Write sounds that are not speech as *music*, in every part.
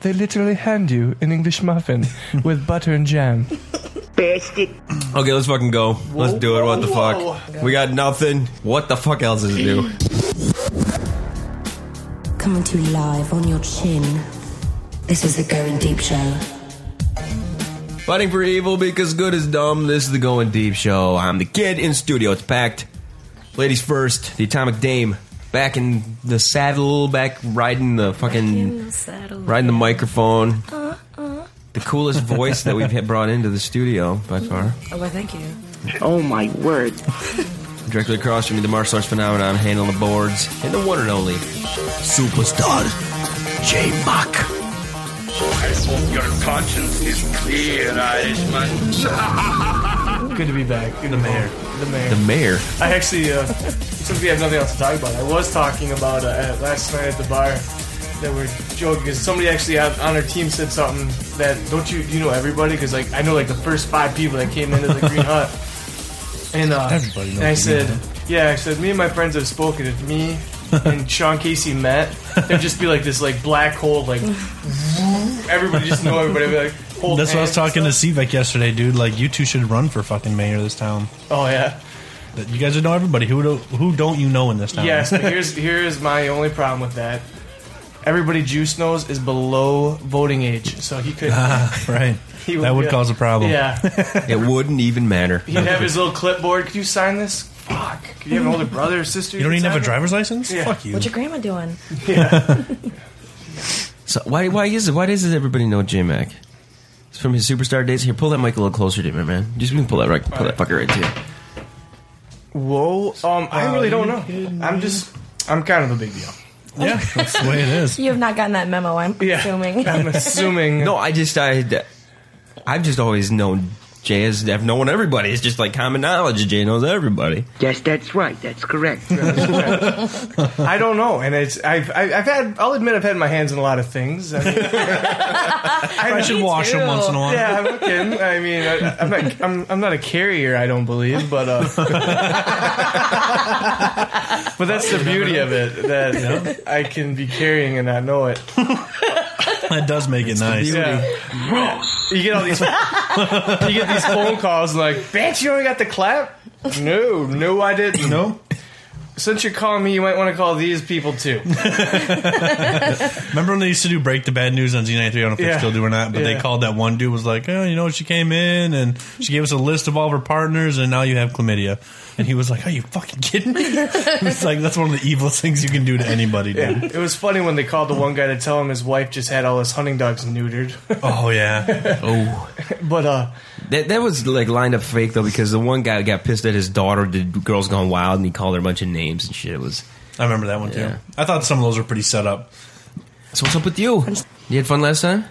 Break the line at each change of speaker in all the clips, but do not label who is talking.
They literally hand you an English
*laughs*
muffin with butter and jam.
Bastard.
Okay, let's fucking go. Let's do it. What the
Whoa.
fuck? We got nothing. What the fuck else
*laughs*
is new?
Coming to you live on your chin. This is the Going Deep Show.
Fighting for evil because good is dumb. This is the Going Deep Show. I'm the kid in studio. It's packed. Ladies first, the Atomic Dame. Back in the saddle, back riding the fucking. riding the microphone. The coolest voice that we've had brought into the studio by far.
Oh, well, thank you.
Oh my word.
Directly across from me, the martial arts phenomenon, handling the boards, and the one and only superstar, J Mock.
I hope your conscience is clear, Irishman.
Good to be back. Good the
mayor.
The mayor.
The mayor.
I actually, uh, since we have nothing else to talk about, I was talking about uh, at- last night at the bar that we're joking because somebody actually on, on our team said something that don't you you know everybody because like I know like the first five people that came into the
*laughs*
Green Hut and uh,
Everybody knows
and I
the
said
Green
yeah I said me and my friends have spoken if me and Sean Casey met there'd just be like this like black hole like *laughs* everybody just know everybody I'd be like hold
That's what I was
hands
talking to
and stuff.
Sivek yesterday, dude. Like, you two should run for fucking mayor of this town.
oh yeah
That you guys would know everybody. Who do, who don't you know in this town?
Yes, but here's here's my only problem with that. Everybody Juice knows is below voting age, so he
*laughs*
could.
*laughs* Oh. right.
he
that would
yeah.
cause a problem.
Yeah,
It wouldn't even matter.
he'd have his
*laughs*
little clipboard. Could you sign this? Fuck. Could you have an older brother or sister?
You don't even have a
driver.
driver's license?
Yeah.
Fuck you.
What's your grandma doing?
So why why is it why does everybody know J Mac? It's from his superstar days. Here, pull that mic a little closer to me, man. Just we can pull that right, pull that fucker right to you.
Whoa. Um, I really don't know. I'm just. I'm kind of a big deal.
Yeah, that's the way
*laughs*
it is.
You have not gotten that memo, I'm
Yeah.
*laughs*
*laughs*
assuming.
I'm assuming.
No, I just I I've just always known Jay as I've known everybody. It's just like common knowledge. Jay knows everybody.
Yes, that's right. That's correct.
I don't know, and it's. I've. I- I've had. I'll admit, I've had my hands in a lot of things. I mean, *laughs*
I should wash
too.
them once in a while.
Yeah, I'm looking. I mean, I, I'm not. I'm, I'm not a carrier. I don't believe, but uh, *laughs* but that's the beauty of it that I can be carrying and not know it.
*laughs* That does make it nice.
Yeah, you get all these. *laughs* you get these phone calls like, "Bitch, you only got the clap." No, no, I didn't.
No?
Since you're calling me, you might want to call these people too.
*laughs* Remember when they used to do Break the Bad News on Z93? I don't know if
Yeah.
they still do or not, but
Yeah.
they called that one dude was like, oh, you know, she came in and she gave us a list of all of her partners and now you have chlamydia. And he was like, are you fucking kidding me? *laughs* it's like, that's one of the evilest things you can do to anybody, dude.
It was funny when they called the one guy to tell him his wife just had all his hunting dogs neutered. *laughs*
Oh, yeah.
Oh,
but uh,
that that was like lined up fake though because the one guy got pissed at his daughter. The girls gone wild and he called her a bunch of names and shit. It was
I remember that one, too.
Yeah.
I thought some of those were pretty set up.
so. What's up with you? You had fun last time?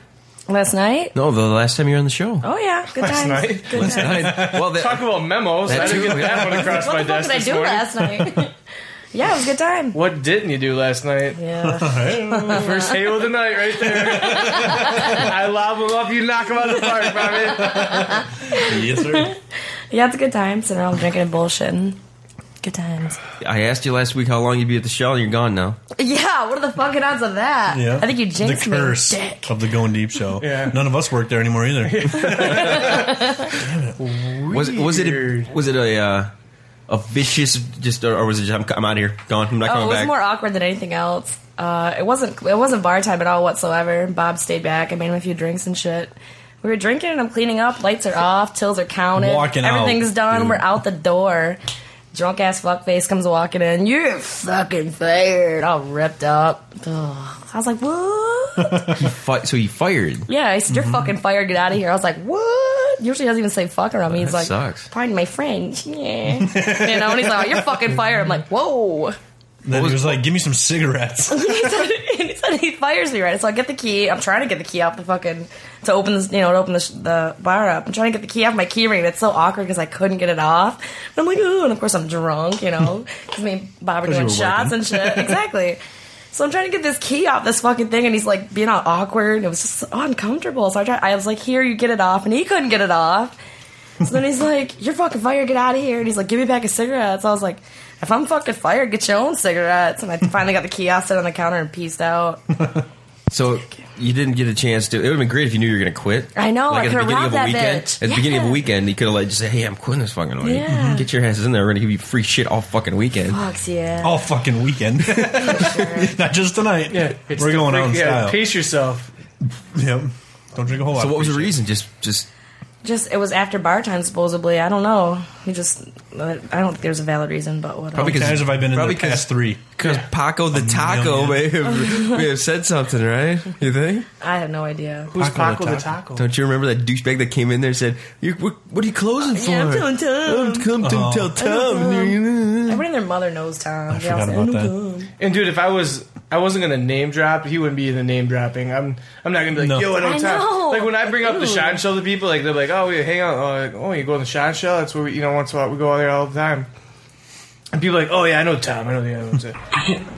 Last night?
No, the last time you were on
*laughs*
the show.
Oh, yeah. Good
Last
times.
night?
Good times.
well, that,
talk about memos.
That
I
too,
didn't get
yeah.
that one across my
What the
desk.
fuck did I
this
do
morning.
last night? *laughs* yeah, it was a good time.
What didn't you do last night?
Yeah.
First hail of the night, right there. I lob them up, you knock them out of the park, Bobby.
yes, sir.
yeah, it's a good time. Sitting around drinking and bullshitting. Good times.
I asked you last week how long you'd be at the show, and you're gone now.
Yeah, what are the fucking odds of that?
Yeah.
I think you jinxed
The curse
me, dick.
of the Going Deep show.
Yeah.
None of us work there anymore either.
Was it was it a,
Weird.
was it a uh, a vicious just or was it just I'm, I'm out of here gone I'm not
Oh,
coming
it was
back
more awkward than anything else. Uh, it wasn't it wasn't bar time at all whatsoever. Bob stayed back. I made him a few drinks and shit. We were drinking and I'm cleaning up. Lights are off. Tills are counted.
Walking out,
Everything's done.
dude.
We're out the door. Drunk ass fuckface comes walking in. You're fucking fired. All ripped up. Ugh. I was like,
*laughs*
what?
Fi- so you fired
yeah, I said,
Mm-hmm.
you're fucking fired. Get out of here. I was like, what? Usually he doesn't even say fuck around me. He's
That
like,
sucks.
pardon my French. Yeah. you know, and he's like, oh, you're fucking fired. I'm like, whoa.
Then he was like, give me some
*laughs*
cigarettes.
he said, he said he fires me right. So I get the key. I'm trying to get the key off the fucking to open this, you know, to open the, sh- the bar up. I'm trying to get the key off my key ring. It's so awkward because I couldn't get it off. And I'm like, ooh, and of course I'm drunk, you know, because me and Bob are doing
you were
shots and
*laughs*
shit. exactly. So I'm trying to get this key off this fucking thing, and he's like being all awkward. It was just so uncomfortable. So I tried. I was like, here, you get it off, and he couldn't get it off. So then he's like, "You're fucking fired. Get out of here." And he's like, "Give me back a cigarette." So I was like, "If I'm fucking fired, get your own cigarettes." And I finally got the key. I sat on the counter and pieced out.
So you didn't get a chance to. It would have been great if you knew you were going to quit.
I know, I
Like at the
could've
beginning
robbed
of a
that
weekend.
bitch.
At the beginning of a
Yeah.
weekend, you could have like just said, "Hey, I'm quitting this fucking week.
Yeah.
Get your asses in there. We're going to give you free shit all fucking weekend."
Fucks, yeah.
all fucking weekend.
*laughs*
Not just tonight.
Yeah, it's
We're
the
going
freak-
out in
yeah,
style.
Pace yourself.
Yep. Don't drink a whole lot.
So
of
what was the
free shit.
reason? Just, just
Just it was after bar time supposedly. I don't know. He just I don't think there's a valid reason, but whatever.
Probably
How many times have I been in
probably
the past three?
because Paco the Taco
million.
may have, may have said something, right? You think?
I had no idea.
Who's
Paco
Paco
the
the Taco?
Don't you remember that douchebag that came in there and said, you, what, what are you closing for?
Yeah, I'm telling Tom.
Oh, come to
Oh.
tell Tom.
Everybody and their mother knows Tom.
I forgot about that.
And dude, if I was, I wasn't gonna name drop. He wouldn't be the name dropping. I'm, I'm not gonna be like,
No.
yo, I know
I
Tom.
know.
Like when I bring up the
Ooh.
shot show to people, like they're like, oh, we hang out. Oh, like, oh, you go to the shot show? That's where we, you know, once in a while we go out there all the time. And people are like, oh yeah, I know Tom. I know the other
*laughs*
one's it.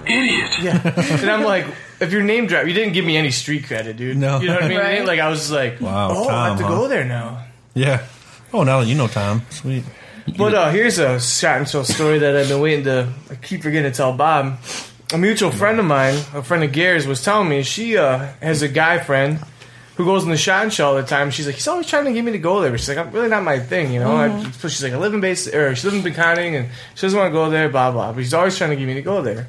Idiot. Yeah. And I'm like, if your name drop, you didn't give me any street credit, dude.
No.
You know what I mean?
*laughs* Right.
Like I was just like,
Wow,
oh, I have to
Tom, huh?
go there now.
Yeah. Oh, now that you know Tom, sweet.
But uh, here's a shot and show story that I've been waiting to. I keep forgetting to tell Bob. A mutual friend of mine, a friend of Gary's, was telling me she uh, has a guy friend who goes in the shot and show all the time. She's like, he's always trying to get me to go there. But she's like, I'm really not my thing, you know. I, so she's like, I live in base, or she lives in Pinconning, and she doesn't want to go there. Blah blah. But he's always trying to get me to go there.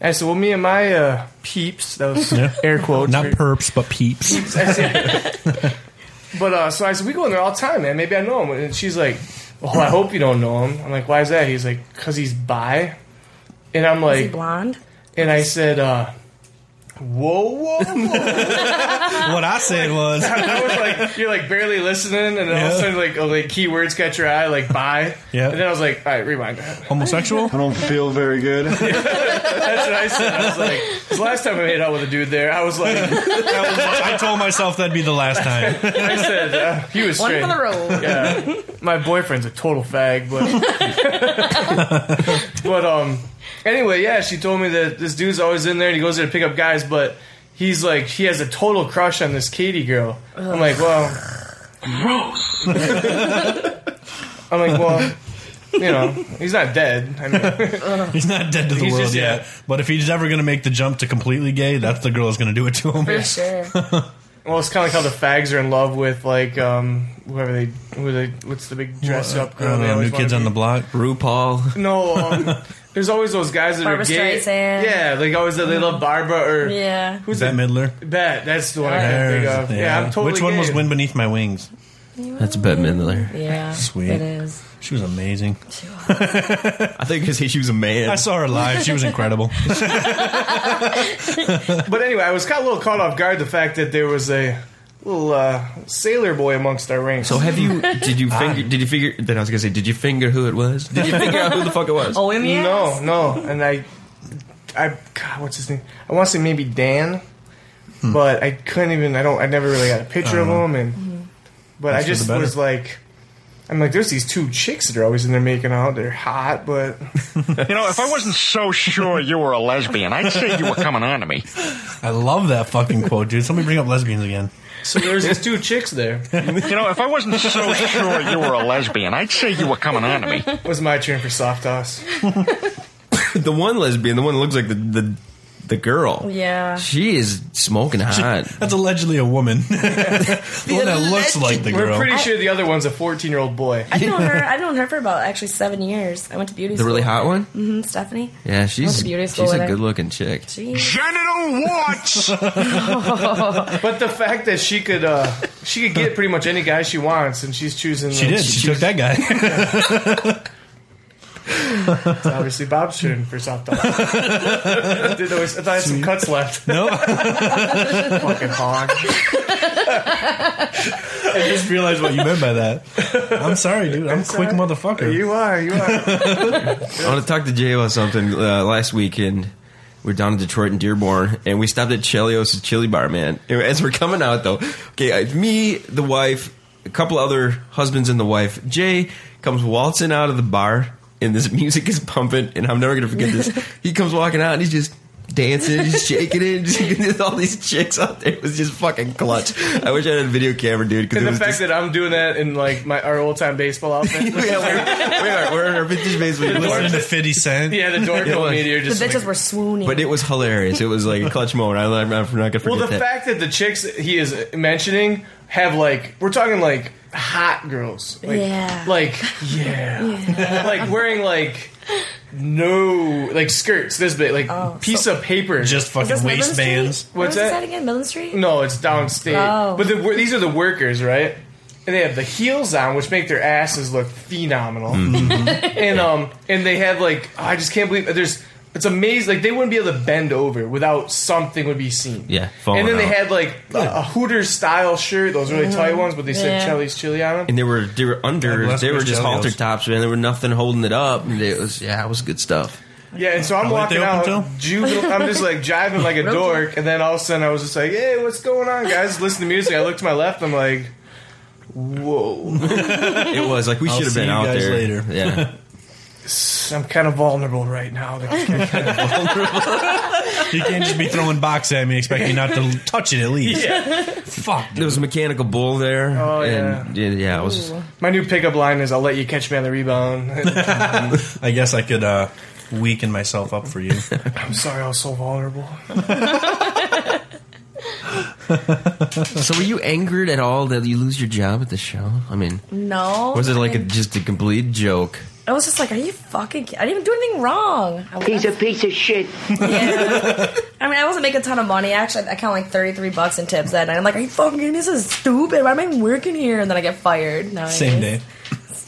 And I said, well, me and my uh, peeps, those
Yeah.
air quotes,
Not
for-
perps, but
*laughs*
peeps.
I said- *laughs* but uh, so I said, we go in there all the time, man. Maybe I know him. And she's like, well, I hope you don't know him. I'm like, why is that? He's like, because he's bi. And I'm
Is he
like,
blonde?
and I said, uh, whoa, whoa, whoa.
what I
*laughs*
said was,
I was like, you're like barely listening. And then all of a
Yeah.
sudden, like, oh, like keywords got your eye, like bi.
Yeah.
And then I was like, all right, rewind that.
homosexual?
I don't feel very good.
That's what I said. I was like, 'cause last time I made out with a dude there, I was like, *laughs*
I told myself that'd be the last time.
I said, uh, he was
One
straight.
for the
*laughs*
road.
Yeah. *laughs* My boyfriend's a total fag, but *laughs* but um anyway, yeah, she told me that this dude's always in there and he goes there to pick up guys, but he's like he has a total crush on this Katie girl. I'm like, well Gross I'm like, well, you know, he's not dead. I mean
He's not dead to the
He's
world
just-
yet.
yeah.
But if he's ever going to make the jump to completely gay, that's the girl that's going to do it to him.
For sure.
well it's kinda like how the fags are in love with like um whoever they who they what's the big dress up
I
girl
don't
they
know,
always
new
wanna
kids on
be?
the block.
RuPaul.
No,
*laughs*
um, there's always those guys that
Barbra
are gay.
Streisand.
Yeah, like always they love Barbara or
Yeah.
who's
Bette
that?
Midler.
Bet that's the one I can think
There's-
of. Yeah, I'm totally.
Which one
gay.
was Wind Beneath My Wings?
That's Bette Midler.
Yeah.
Sweet.
It is.
She was amazing.
I think because she was a man.
I saw her live. She was incredible.
But anyway, I was kind of a little caught off guard the fact that there was a little uh, sailor boy amongst our ranks.
So have
*laughs*
you? Did you finger? Did you figure? Then I was gonna say, did you finger who it was? Ah. Did you figure out who the fuck it was?
Oh, in the
no,
ass?
no, and I, I, God, what's his name? I want to say maybe Dan,
Hmm.
but I couldn't even. I don't. I never really got a picture of him, and
Mm-hmm.
but I
Uh-huh. That's for the
just
better.
was like. I'm like, there's these two chicks that are always in there making out. They're hot, but
You know, if I wasn't so sure you were a lesbian, I'd say you were coming on to me.
I love that fucking quote, dude. Somebody bring up lesbians again.
so there's these two chicks there.
You know, if I wasn't so sure you were a lesbian, I'd say you were coming on to me.
was my turn for soft toss.
*laughs* the one lesbian, the one that looks like the the, the girl.
Yeah.
She is smoking hot.
That's allegedly a woman. *laughs* the
*laughs*
one that looks like the
We're
girl.
pretty sure the other one's a 14 year old boy.
I've
*laughs*
known her. I've known her for about actually seven years. I went to beauty
the
school.
really hot one.
hmm Stephanie.
Yeah, she's
to beauty
she's
school with
a
her.
good looking chick.
She.
Genital warts!
But the fact that she could uh, she could get pretty much any guy she wants, and she's choosing.
She did. She, took that guy. *laughs*
Obviously, Bob's turn for soft
*laughs*
toss. Dude, there was- I thought I had some cuts left. *laughs*
no,
Fucking hog.
I just realized what you meant by that. I'm sorry, dude. I'm a quick
sorry.
motherfucker.
You are. You are.
I want to talk to Jay about something. Uh, last weekend, we are down in Detroit and Dearborn, and we stopped at Chelios Chili Bar, man. And As we're coming out, though, okay, I- me, the wife, a couple other husbands, and the wife. Jay comes waltzing out of the bar, and this music is pumping, and I'm never going to forget this. he comes walking out, and he's just. dancing, just shaking it. *laughs* Just, all these chicks out there. It was just fucking clutch. I wish I had a video camera, dude. Because
And the
it was
fact
just,
that I'm doing that in like my our old time baseball outfit. *laughs*
*laughs* yeah, we're, we are, we're in our vintage basement.
Listening to 50 Cent.
yeah, the
It was.
Dorco meteor
The
just. like-
bitches were swooning.
But it was hilarious. It was like a clutch moment. I, I'm not gonna forget
well, the
that.
fact that the chicks he is mentioning have like we're talking like hot girls. Like,
Yeah.
Like
*laughs*
yeah. *laughs* like wearing like no like skirts this big like
Oh,
piece
so-
of paper
Just
Is this
fucking
Midland
waistbands.
Street?
What's
Where is
that?
this at again? Midland Street?
No, it's downstate.
Oh.
But the, wor- these are the workers, right? And they have the heels on, which make their asses look phenomenal. *laughs* and um, and they have like oh, I just can't believe there's. It's amazing. Like they wouldn't be able to bend over without something would be seen.
Yeah, falling
And then they
out.
had like a, a Hooters style shirt, those really tight ones, but they said
Mm-hmm. Yeah.
Chelly's Chili on them.
and they were they were
God
under
bless
they were
Miss
just
Jellios.
halter tops man. There were nothing holding it up. And it was yeah, it was good stuff.
Yeah, and so I'm
weren't they
walking
open
out,
till?
juvenile. I'm just like jiving like a
*laughs*
dork, and then all of a sudden I was just like, "Hey, what's going on, guys? Listen to music." I look to my left, I'm like, "Whoa."
*laughs* It was like we
I'll
should have
see
been
you
out
guys
there
later.
Yeah,
I'm kind of vulnerable right now.
You can't just be throwing box at me expecting me not to touch it at least. Fuck.
there was a mechanical bull there.
Oh,
and, yeah, yeah. It was just,
My new pickup line is "I'll let you catch me on the rebound." *laughs*
I guess I could uh, weaken myself up for you.
I'm sorry, I was so vulnerable.
so were you angered at all that you lose your job at the show? I mean,
No.
was it
I
like a,
mean,
just a complete joke?
I was just like, are you fucking? ki- I didn't even do anything wrong. I,
He's a piece of shit.
I mean, I wasn't making a ton of money. Actually, I count like thirty-three bucks in tips that night. I'm like, are you fucking? kidding me? This is stupid. Why am I working here? And then I get fired. No,
Same day.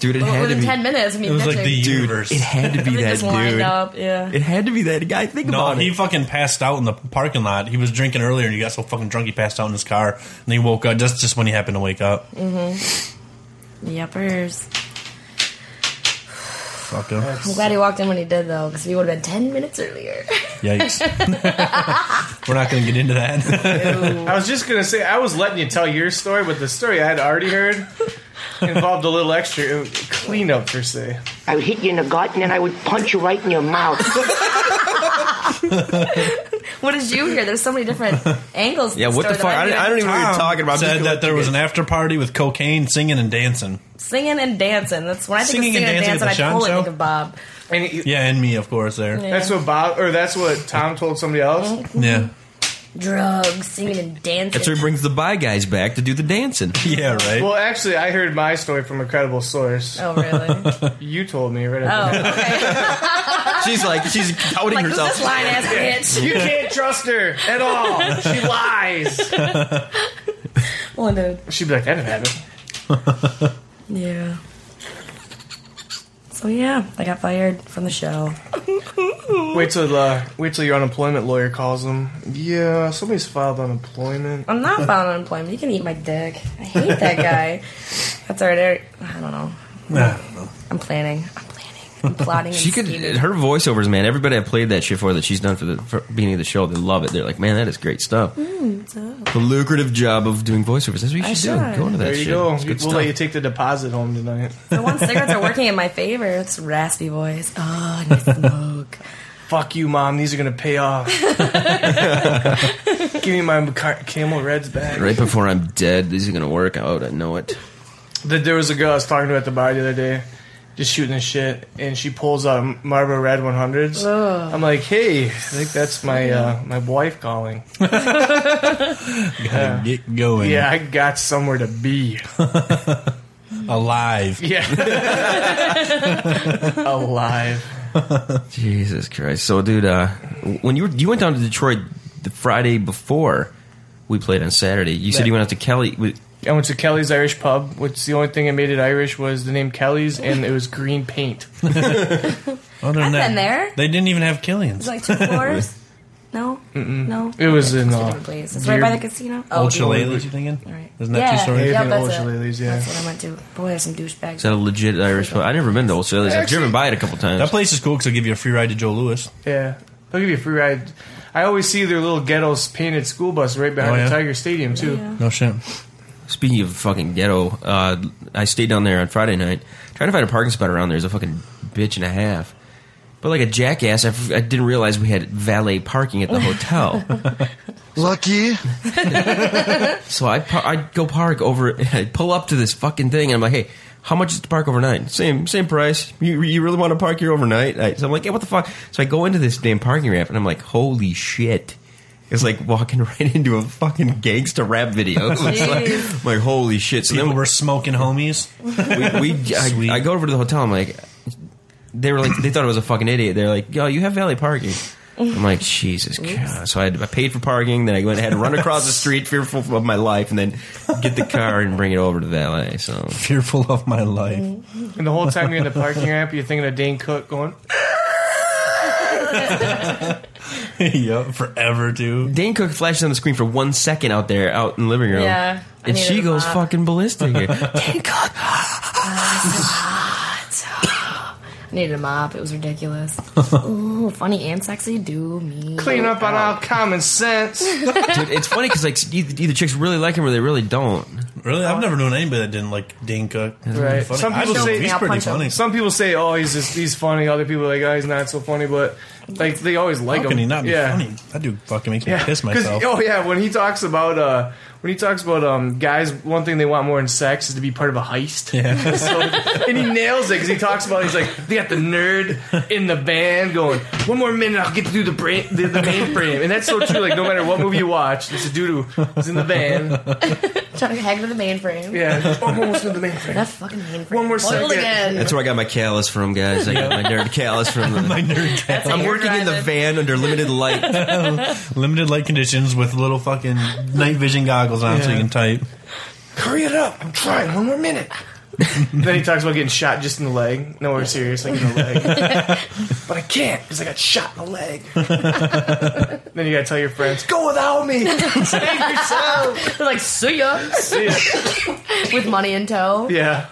Dude, it had to
Within
be.
ten minutes, I mean,
It was like
literally,
the
Dude,
universe.
it had
*laughs*
to be
everything
that
just lined
dude.
up. Yeah.
It had to be that guy. Think
No,
about
he
it.
fucking passed out in the parking lot. He was drinking earlier, and he got so fucking drunk he passed out in his car. And he woke up. That's just when he happened to wake up.
Yuppers.
Fuck him.
I'm glad he walked in when he did though, because if he would have been ten minutes earlier. *laughs*
Yikes. *laughs* We're not going to get into that.
I was just gonna say I was letting you tell your story, but the story I had already *laughs* heard involved a little extra cleanup per se.
I would hit you in the gut and then I would punch you right in your mouth.
what did you hear? There's so many different
*laughs*
angles. to
yeah, what
story
the fuck? I,
that
don't- I don't even know what you're talking about. I'm just
Said
gonna
that
let
there
you
was an
guys-
after party with cocaine, singing, and dancing.
singing and dancing. That's when I think
Singing and
of singing and
dancing
dancing.
at the
I totally
Sean
think
show?
of Bob.
And he,
Yeah, and me, of course, there. Yeah.
that's what Bob, or that's what Tom told somebody else.
Yeah, *laughs*
Drugs, singing and dancing.
That's where he brings the bye guys back to do the dancing.
right?
Well, actually, I heard my story from a credible source.
Oh
*laughs*
really?
You told me right.
Oh,
At
okay.
She's like,
*laughs*
she's doubting
like who's
herself.
this lying
*laughs*
ass
the
bitch?
you can't trust her at all.
*laughs*
She lies.
Well, dude.
She'd be like, "That didn't happen."
Yeah. So yeah, I got fired from the show.
Wait till uh, wait till your unemployment lawyer calls them. Yeah, somebody's filed unemployment.
I'm
*laughs*
not found unemployment. You can eat my dick. I hate that guy. That's all right. Eric. I don't know.
Nah.
I'm planning. I'm planning. I'm
*laughs*
plotting. And
She could
scheming.
her voiceovers, man. Everybody I played that shit for that she's done for the for beginning of the show, they love it. They're like, man, that is great stuff. the lucrative job of doing voiceovers. That's what you
Mm, I
should
should.
do. Go into that
There you
shit.
go.
It's
We'll
good stuff.
let you take the deposit home tonight.
The one cigarettes are working in my favor. It's raspy voice. Oh,
*laughs*
I need to smoke.
Fuck you, mom. These are gonna pay
*laughs*
off. Give me my car- Camel Reds back.
right before I'm dead, this is gonna work out. I know it.
Th- There was a girl I was talking to at the bar the other day, just shooting the shit, and she pulls out Marlboro Red 100s. I'm like, hey, I think that's my uh, my wife calling.
Gotta get going.
Yeah, I got somewhere to be.
alive.
Yeah, *laughs* alive.
Jesus Christ. So, dude, uh, when you were, you went down to Detroit the Friday before we played on Saturday, you said
That-
you went out to Kelly. with-
I went to Kelly's Irish Pub, which the only thing that made it Irish was the name Kelly's, and it was green paint.
Other than that,
I've been there.
They didn't even have Killians.
It's like two floors. *laughs* No, no.
It was in
It's a different
uh,
place. It's right by the casino. Oh,
Old
yeah.
Shillelaghs, you thinking?
All right.
Isn't that two stories?
Yeah,
Anything
that's
old
it.
Shillelaghs, yeah.
That's what I went to. Boy, there's some douchebags.
Is that a legit Irish? pub? I've never been to Old Sailors. I've driven by it a couple times.
That place is cool because they'll give you a free ride to Joe Lewis.
yeah. They'll give you a free ride. I always see their little ghettos painted school bus right behind
Oh, yeah?
the Tiger Stadium too.
No shit.
Speaking of fucking ghetto, uh, I stayed down there on Friday night trying to find a parking spot around there. Is a fucking bitch and a half. But like a jackass, I, f- I didn't realize we had valet parking at the hotel.
Lucky.
*laughs* so I par- I'd go park over, *laughs* I'd pull up to this fucking thing, and I'm like, hey, how much is to park overnight? Same same price. You, you really want to park here overnight? I, so I'm like, yeah, what the fuck? So I go into this damn parking ramp, and I'm like, holy shit. It's like walking *laughs* right into a fucking gangsta rap video. *laughs* It's like, I'm like, holy shit. So
*laughs* People
then
were smoking homies.
we, we *laughs*
Sweet.
I, I go over to the hotel. I'm like, they were like, they thought I was a fucking idiot. They're like, yo, you have valet parking. I'm like, Jesus Christ. So I, had, I paid for parking. Then I went ahead and run across the street, fearful of my life, and then get the car and bring it over to valet. So
*laughs* Fearful of my life. *laughs*
And the whole time you're in the parking ramp, you're thinking of Dane Cook going,
yep, forever, dude.
Dane Cook flashes on the screen for one second out there, out in the living room.
Yeah, I
And
needed
she
a
goes
laugh.
fucking *laughs* ballistic. Dane Cook.
I needed a mop. It was ridiculous. Ooh, funny and sexy. Do me.
clean up on all common sense.
Dude, it's funny because like e, either, either chicks really like him or they really don't.
Really? I've never known anybody that didn't like Dane Cook.
Right.
Funny.
Some
I
people
don't know,
say-
he's
Now
pretty
punch him.
funny.
Some people say, "Oh, he's just he's funny." Other people are like, "Oh, he's not so funny," but like they always like
How
him.
can he not be
yeah.
funny? That dude fucking makes me
Yeah.
piss
'Cause-
myself. *laughs*
Oh yeah, when he talks about uh, when he talks about um, guys, one thing they want more in sex is to be part of a heist. *laughs*
Yeah.
So, and he nails it because he talks about he's like they got the nerd in the band going one more minute I'll get to do the brain the, the mainframe and that's so true like no matter what movie you watch it's a dude who's in the band
Trying to hack into the mainframe.
yeah oh, I'm almost in the mainframe
That fucking mainframe.
One more
Boiled
second.
*laughs*
again.
That's where I got my callus from, guys. I got my nerd callus from the,
My nerd cat.
*laughs* That's how
I'm
you're
working in the
driving.
van under limited light.
Limited light conditions with little fucking night vision goggles on so you
Yeah.
can type.
hurry it up I'm trying one more minute *laughs* then he talks about getting shot just in the leg no we're serious like in the leg *laughs* but I can't because I got shot in the leg *laughs* then you gotta tell your friends go without me *laughs* save yourself
They're like, see ya.
See ya.
*laughs* With money in tow.
*laughs* Yeah.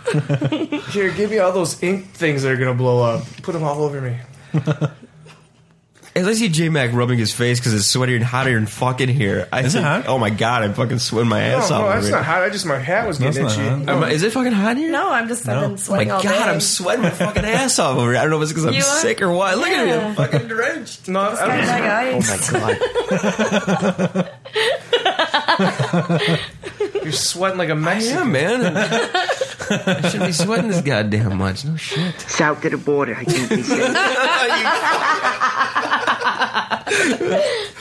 Here, give me all those ink things that are gonna blow up. Put them all over me.
As I see J Mac rubbing his face because it's sweatier and hotter than fucking here, I
it
think,
hot?
oh my god, I'm fucking sweating my
No,
ass off.
no, Oh, that's
already.
not hot. I just my hat was
That's
getting
not
itchy.
hot.
Am I- is it fucking hot in here? Oh
No, I'm just I've
No.
been
My
sweating all
god,
day.
I'm sweating my
*laughs*
fucking ass off over here. I don't know if it's because I'm
You are?
sick or what. Look at
Yeah.
me, I'm fucking drenched.
No, I don't.
Like, I-
You're sweating like a Mexican.
*laughs* Yeah, man. I shouldn't be sweating this goddamn much. No
*laughs*
shit.
South to the border, I think they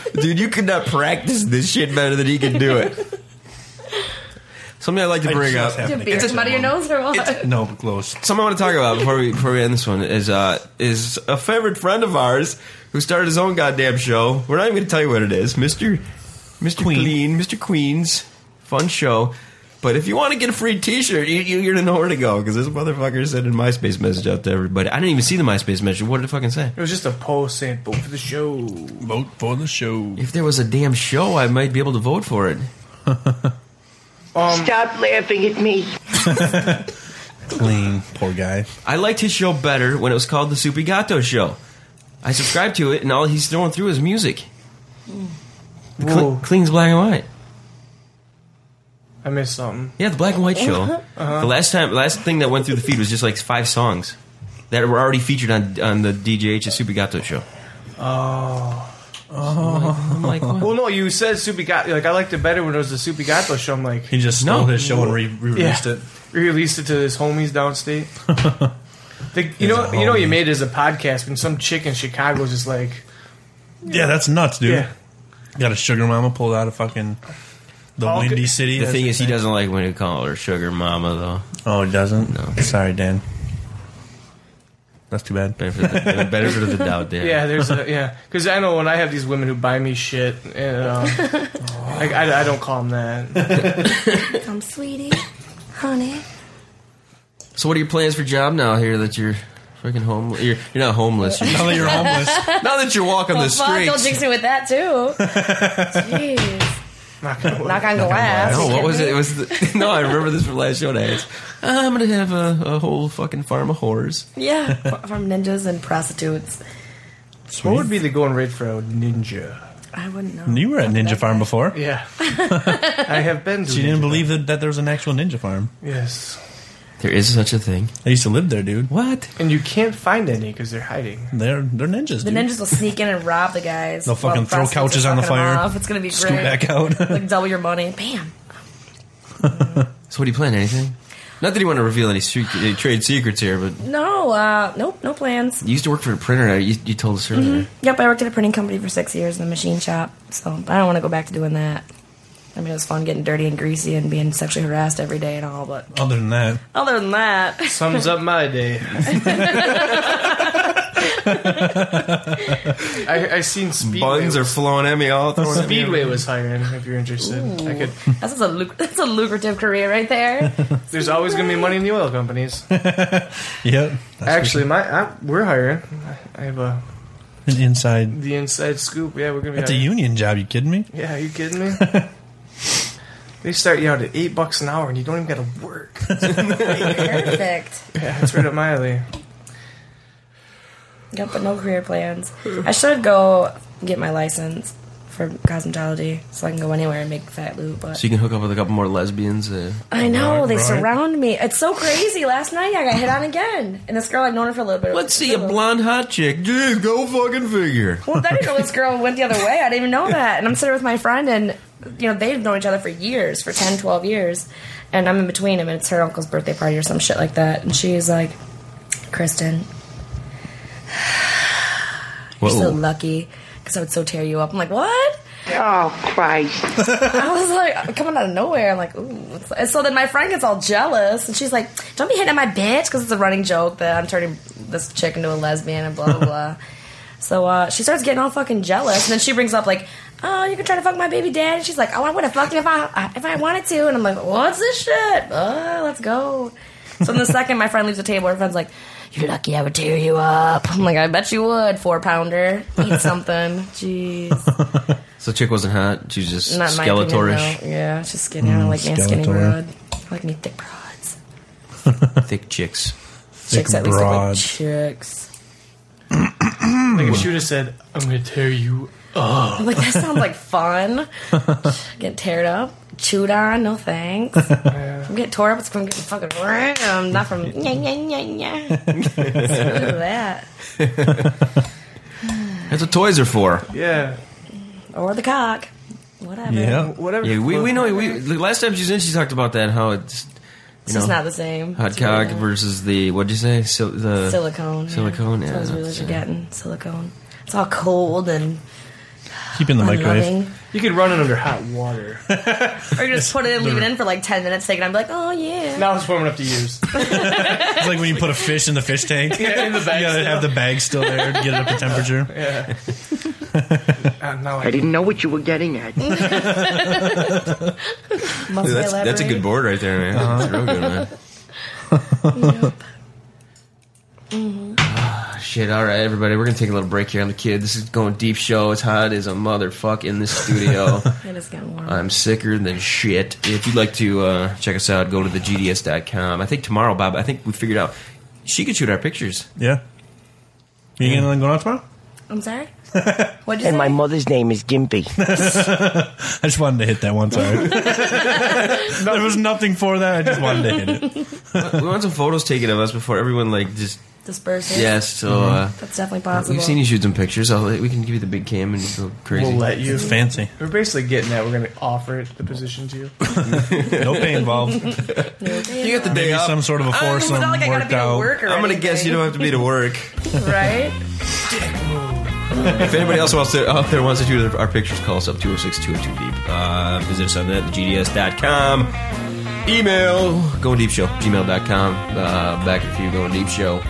said.
Dude, you could not practice this shit better than he can do it.
*laughs*
Something I'd like to
I
bring
just
up.
happened
Did
to
beer
catch
come out of your
that one.
nose or what?
No, but close.
something I want to talk about before we before we end this one is uh is a favorite friend of ours who started his own goddamn show. We're not even going to tell you what it is, Mister Mister Queen.
Queen.
Mister Queen's fun show. But if you want to get a free T-shirt, you, you, you're gonna know where to go because this motherfucker sent a MySpace message out to everybody. I didn't even see the MySpace message. What did it fucking say?
It was just a post saying vote for the show.
Vote for the show.
If there was a damn show, I might be able to vote for it.
Stop laughing at me.
Clean, poor guy.
I liked his show better when it was called the Supi Gato Show. I subscribed to it, and all he's throwing through is music. The Cle-
Whoa.
Clean's black and white.
I missed something.
Yeah, the black and white show. The last time, last thing that went through the feed was just like five songs that were already featured on on the DJH and Subigato show. Oh, I'm like, what?
Well, no, you said Supi Gato. Like I liked it better when it was the Supi Gato show. I'm like,
He just
No.
stole his show and re released it.
Released it to his homies downstate. They- you know, you know, you
homies.
made it as a podcast when some chick in Chicago was just like,
Yeah, that's nuts, dude.
yeah,
Got a sugar mama pulled out of fucking the
All
windy
good-
city.
the
that's
thing
her
is, he doesn't like when you call her Sugar Mama, though.
Oh, it doesn't.
No.
sorry, Dan. That's too bad.
Benefit of *laughs* the, benefit of the doubt there.
Yeah, there's a yeah. Because I know when I have these women who buy me shit, and *laughs* um, I, I, I don't call them that.
Come, sweetie. Honey.
So, what are your plans for job now? Here that you're freaking homeless. You're, you're not homeless. *laughs* You're-
Now that you're homeless,
now that you're walking the
Fuck, don't
streets.
jinx me with that too.
*laughs*
Jeez.
Not gonna work.
Knock on glass.
Oh,
No, Oh, what was it? It was the, *laughs* no. I remember this from last show. And I asked, I'm gonna have a, a whole fucking farm of whores.
*laughs* Yeah, from ninjas and prostitutes.
What would be the going rate for a ninja?
I wouldn't know.
*laughs* you were at Ninja Farm before.
Yeah, *laughs* I have been. To
She
a
didn't
ninja.
believe that, that there was an actual Ninja Farm.
Yes,
There is such a thing.
I used to live there, dude.
What?
And you can't find any because they're hiding.
They're they're ninjas.
The
dude.
ninjas will sneak in and rob the guys.
They'll fucking
While
throw
prostitutes
couches
are
on the
fucking 'em
fire.
Off. It's gonna be great.
Scoot back out.
*laughs* like double your money. Bam.
So what are you planning? Anything? Not that you want to reveal any secret, any trade secrets here, but
No, uh, nope, no plans.
you used to work for a printer. uh, You, you told us earlier.
Yep, I worked at a printing company for six years in a machine shop, so I don't want to go back to doing that. I mean, it was fun getting dirty and greasy and being sexually harassed every day and all, but
Other than that,
other than that, *laughs*
Sums up my day. *laughs* I, I seen Speedway.
Buns are
was-
flowing at me all thrown at me.
Speedway was hiring if you're interested. I could.
that's a luc- *laughs* that's a lucrative career right there.
There's always gonna be money in the oil companies.
yep. That's
Actually, my I, we're hiring. I have uh,
an inside
the inside scoop. Yeah, we're gonna be.
at the
hiring.
union job. You kidding me?
Yeah, are you kidding
*laughs*
me? they start you out at eight bucks an hour, and you don't even gotta work.
*laughs*
Perfect.
Yeah, it's right up my alley.
Yep, but no career plans. I should go get my license for cosmetology so I can go anywhere and make fat loot. But
So you can hook up with a couple more lesbians. Uh,
I know
Right,
they
right.
surround me. It's so crazy. Last night I got hit on again, and this girl I've known her for a little bit.
Let's see a blonde hot chick. Dude, go fucking figure.
Well, then you know this girl went the other way. I didn't even know that. And I'm sitting with my friend, and you know they've known each other for years, for 10, 12 years. And I'm in between them, and it's her uncle's birthday party or some shit like that. And she's like, "Kristen,
Whoa.
you're so lucky because I would so tear you up." I'm like, "What?"
Oh, Christ.
I was like, coming out of nowhere. I'm like, ooh. what's that? And so then my friend gets all jealous, and she's like, don't be hitting on my bitch, because it's a running joke that I'm turning this chick into a lesbian and blah, blah, blah. So uh, she starts getting all fucking jealous, and then she brings up, like, oh, you can try to fuck my baby dad. And she's like, oh, I would have fucked him if I, if I wanted to. And I'm like, what's this shit? Uh, let's go. So then the second my friend leaves the table, her friend's like, you're lucky I would tear you up. I'm like, I bet you would, four pounder. Eat something. Jeez.
So the chick wasn't hot. She was just
Not my opinion,
skeletorish, Mm,
though. Yeah, it's just skinny. I don't like me a skinny
skeletor.
broad. I like me thick broads.
thick chicks.
Chicks at least look
broad.
like chicks.
Like
Hmm.
if she would have said, "I'm gonna tear you,"
I'm like, that sounds
*laughs*
like fun. Get teared up. Chewed on,
*laughs*
no thanks. I'm getting tore up, it's from getting fucking ram, not from yeah, yeah, yeah, yeah.
*laughs*
Screw that.
That's what toys are for.
yeah,
Or the cock. Whatever.
Yeah.
whatever.
Yeah, we, we know. We the last time she was in, she talked about that how it's you
It's
know
just not the same.
hot
It's
cock
really-
versus the what'd you say? Sil- the
silicone.
Silicone,
Yeah.
yeah.
That's what I was really
that's, uh,
forgetting. Silicone. It's all cold and
Keep in the microwave.
unloving.
You could run it under hot water.
Or you just put it in, leave it in for like 10 minutes, take it, I'm like, oh yeah.
now it's warming up to use.
It's like when you put a fish in the fish
*laughs*
tank.
Yeah, in the bag
You gotta
still.
have the bag still there to get it
*laughs*
up to temperature.
Uh, now
I
I,
didn't know what you were getting at.
Must
Dude, that's, that's a
elaborate?
good board right there, man. That's real good, man. Ah, Shit, all right, everybody, we're gonna take a little break here on the kid. This is going deep show. It's hot as a motherfucker in this studio.
It is getting warm.
I'm sicker than shit. If you'd like to uh, check us out, go to thegds.com. I think tomorrow, Bob, I think we figured out she could shoot our pictures.
Yeah. You getting anything going on tomorrow?
*laughs*
I'm sorry? What'd you say?
And my mother's name is Gimpy.
I just wanted to hit that
*laughs*
one time. there was nothing for that. I just wanted to hit it.
we want some photos taken of us before everyone, like, just.
Disperses.
Yes, so. Uh,
That's definitely possible.
We've seen you shoot some pictures. I'll, we can give you the big cam and you go crazy.
we'll let you.
It's fancy.
We're basically getting that. We're gonna offer it, the position to you.
No pay involved.
you got the day
Maybe
off.
some sort of a
I mean, it's
foursome
not like I gotta
worked
be at
out.
work or
I'm gonna guess you don't have to be to work.
don't. Right?
if anybody else wants to, out there wants to shoot our pictures, call us up 206 202 Deep. Uh, visit us on that, gds.com. Email, going deep show, gmail.com. Uh, back if you going deep show.